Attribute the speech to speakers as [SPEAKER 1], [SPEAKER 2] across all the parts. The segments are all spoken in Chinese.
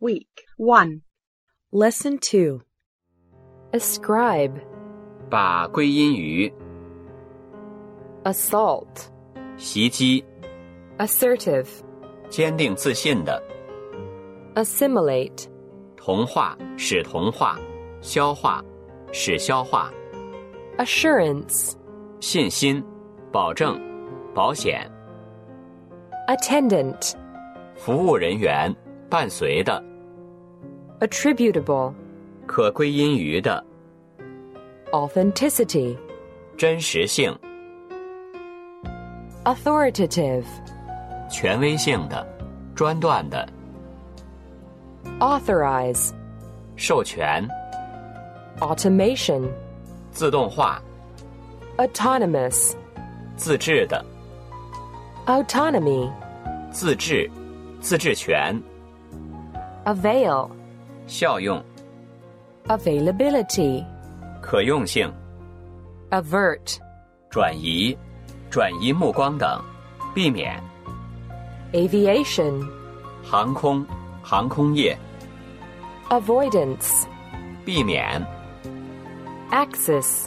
[SPEAKER 1] Week 1.
[SPEAKER 2] Lesson 2 Ascribe,
[SPEAKER 3] 把归因于
[SPEAKER 2] assault,
[SPEAKER 3] 袭击、
[SPEAKER 2] assertive,
[SPEAKER 3] 坚定自信的
[SPEAKER 2] assimilate,
[SPEAKER 3] 同化、使同化、消化、使消化、
[SPEAKER 2] assurance,
[SPEAKER 3] 信心、保证、保险、
[SPEAKER 2] attendant,
[SPEAKER 3] 服务人员伴随的、
[SPEAKER 2] attributable,
[SPEAKER 3] 可归因于的、
[SPEAKER 2] authenticity,
[SPEAKER 3] 真实性、
[SPEAKER 2] authoritative,
[SPEAKER 3] 权威性的、专断的、
[SPEAKER 2] authorize,
[SPEAKER 3] 授权、
[SPEAKER 2] automation,
[SPEAKER 3] 自动化、
[SPEAKER 2] autonomous,
[SPEAKER 3] 自治的、
[SPEAKER 2] autonomy,
[SPEAKER 3] 自治、自治权、
[SPEAKER 2] avail,
[SPEAKER 3] 效用、
[SPEAKER 2] availability,
[SPEAKER 3] 可用性、
[SPEAKER 2] avert,
[SPEAKER 3] 转移、转移目光等，避免。
[SPEAKER 2] aviation,
[SPEAKER 3] 航空、航空业、
[SPEAKER 2] avoidance,
[SPEAKER 3] 避免、
[SPEAKER 2] axis,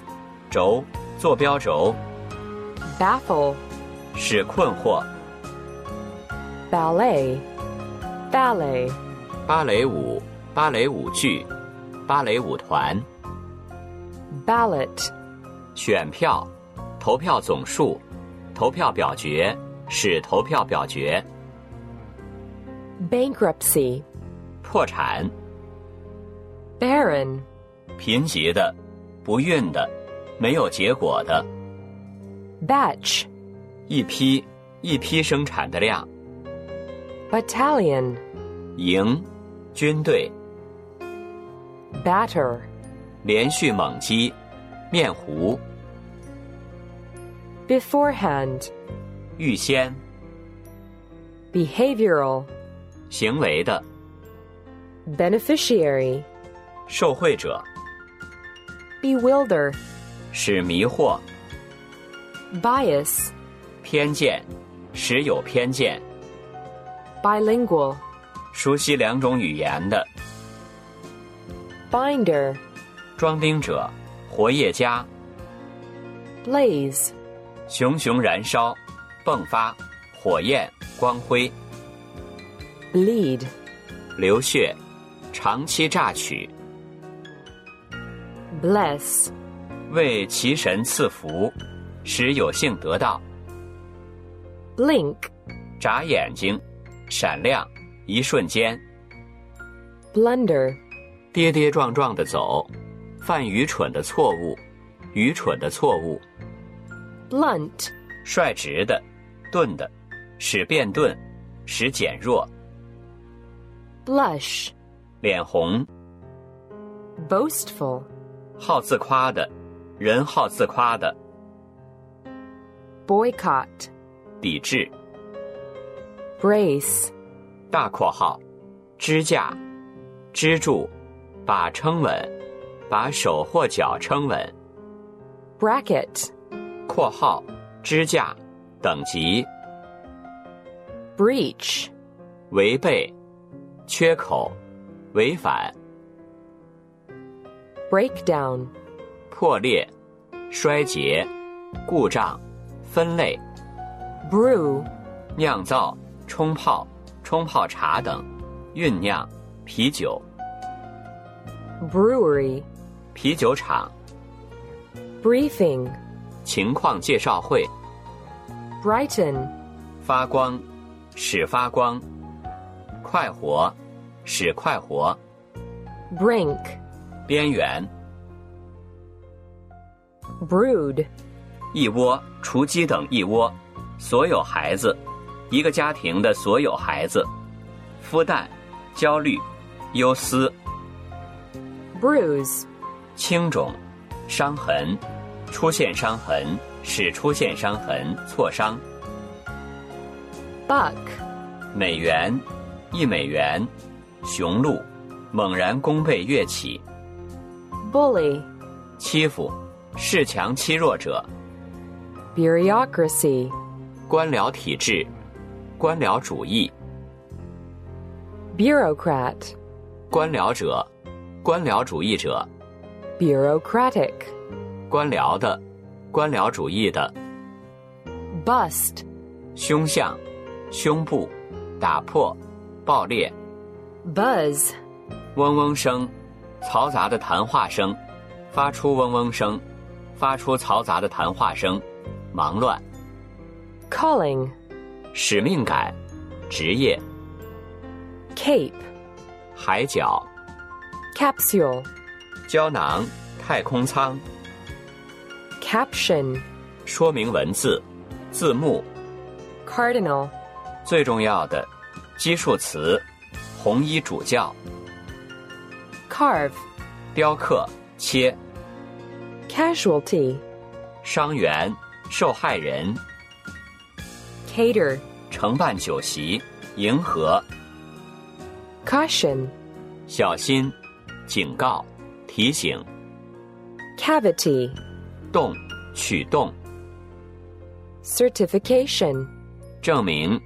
[SPEAKER 3] 轴、坐标轴、
[SPEAKER 2] baffle,
[SPEAKER 3] 使困惑、
[SPEAKER 2] ballet, ballet,
[SPEAKER 3] 芭蕾舞、芭蕾舞剧、芭蕾舞团、
[SPEAKER 2] ballot,
[SPEAKER 3] 选票、投票总数、投票表决、使投票表决、
[SPEAKER 2] bankruptcy,
[SPEAKER 3] 破产、
[SPEAKER 2] barren,
[SPEAKER 3] 贫瘠的、不孕的、没有结果的、
[SPEAKER 2] batch,
[SPEAKER 3] 一批一批生产的量、
[SPEAKER 2] battalion,
[SPEAKER 3] 营、军队、
[SPEAKER 2] batter,
[SPEAKER 3] 连续猛击、面糊、
[SPEAKER 2] beforehand,
[SPEAKER 3] 预先、
[SPEAKER 2] behavioral,
[SPEAKER 3] 行为的、
[SPEAKER 2] beneficiary,
[SPEAKER 3] 受贿者。
[SPEAKER 2] bewilder,
[SPEAKER 3] 使迷惑、
[SPEAKER 2] bias,
[SPEAKER 3] 偏见，使有偏见，
[SPEAKER 2] bilingual,
[SPEAKER 3] 熟悉两种语言的
[SPEAKER 2] binder,
[SPEAKER 3] 装订者、活页家，
[SPEAKER 2] blaze,
[SPEAKER 3] 熊熊燃烧、迸发、火焰、光辉、
[SPEAKER 2] bleed,
[SPEAKER 3] 流血、长期榨取，
[SPEAKER 2] bless,
[SPEAKER 3] 为其神赐福，使有幸得到，
[SPEAKER 2] blink,
[SPEAKER 3] 眨眼睛，闪亮，一瞬间，
[SPEAKER 2] blunder,
[SPEAKER 3] 跌跌撞撞的走，犯愚蠢的错误，愚蠢的错误，
[SPEAKER 2] blunt,
[SPEAKER 3] 率直的、钝的，使变钝，使减弱。
[SPEAKER 2] blush,
[SPEAKER 3] 脸红、
[SPEAKER 2] boastful,
[SPEAKER 3] 好自夸的，人好自夸的，
[SPEAKER 2] boycott,
[SPEAKER 3] 抵制
[SPEAKER 2] brace,
[SPEAKER 3] 大括号，支架、支柱，把撑稳，把手或脚撑稳。
[SPEAKER 2] bracket,
[SPEAKER 3] 括号支架等级
[SPEAKER 2] breach,
[SPEAKER 3] 违背缺口违反
[SPEAKER 2] breakdown,
[SPEAKER 3] 破裂衰竭故障分类
[SPEAKER 2] brew,
[SPEAKER 3] 酿造冲泡冲泡茶等酝酿啤酒
[SPEAKER 2] brewery,
[SPEAKER 3] 啤酒厂
[SPEAKER 2] briefing,
[SPEAKER 3] 情况介绍会。
[SPEAKER 2] brighten,
[SPEAKER 3] 发光，使发光；快活，使快活；
[SPEAKER 2] brink,
[SPEAKER 3] 边缘，
[SPEAKER 2] brood,
[SPEAKER 3] 一窝，雏鸡等一窝，所有孩子，一个家庭的所有孩子，孵蛋，焦虑，忧思，
[SPEAKER 2] bruise,
[SPEAKER 3] 青肿，伤痕，出现伤痕，使出现伤痕，挫伤，
[SPEAKER 2] buck,
[SPEAKER 3] 美元，一美元，雄鹿，猛然弓背跃起，
[SPEAKER 2] bully,
[SPEAKER 3] 欺负，恃强欺弱者。
[SPEAKER 2] bureaucracy,
[SPEAKER 3] 官僚体制、官僚主义、
[SPEAKER 2] bureaucrat,
[SPEAKER 3] 官僚者、官僚主义者、
[SPEAKER 2] bureaucratic,
[SPEAKER 3] 官僚的、官僚主义的、
[SPEAKER 2] bust,
[SPEAKER 3] 凶相、胸部、打破、爆裂、
[SPEAKER 2] buzz,
[SPEAKER 3] 嗡嗡声、嘈杂的谈话声，发出嗡嗡声，发出嘈杂的谈话声，忙乱、
[SPEAKER 2] calling,
[SPEAKER 3] 使命感、职业、
[SPEAKER 2] cape,
[SPEAKER 3] 海角、
[SPEAKER 2] capsule,
[SPEAKER 3] 胶囊、太空舱、
[SPEAKER 2] caption,
[SPEAKER 3] 说明文字、字幕。
[SPEAKER 2] cardinal,
[SPEAKER 3] 最重要的基数词，红衣主教、
[SPEAKER 2] carve,
[SPEAKER 3] 雕刻、切、
[SPEAKER 2] casualty,
[SPEAKER 3] 伤员、受害人、
[SPEAKER 2] cater,
[SPEAKER 3] 承办酒席、迎合、
[SPEAKER 2] caution,
[SPEAKER 3] 小心、警告、提醒、
[SPEAKER 2] cavity,
[SPEAKER 3] 动、取动、
[SPEAKER 2] certification,
[SPEAKER 3] 证明、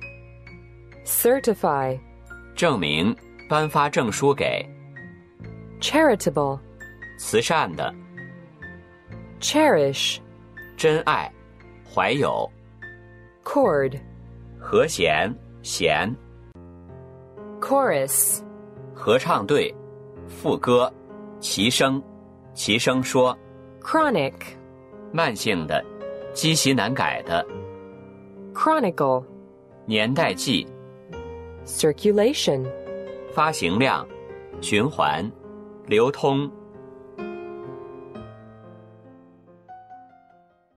[SPEAKER 2] certify,
[SPEAKER 3] 证明、颁发证书给
[SPEAKER 2] charitable,
[SPEAKER 3] 慈善的、
[SPEAKER 2] cherish,
[SPEAKER 3] 真爱、怀有、
[SPEAKER 2] chord,
[SPEAKER 3] 和弦、弦、
[SPEAKER 2] chorus,
[SPEAKER 3] 合唱队、副歌、齐声、齐声说。
[SPEAKER 2] chronic,
[SPEAKER 3] 慢性的、积习难改的、
[SPEAKER 2] chronicle,
[SPEAKER 3] 年代记、
[SPEAKER 2] circulation,
[SPEAKER 3] 发行量、循环、流通、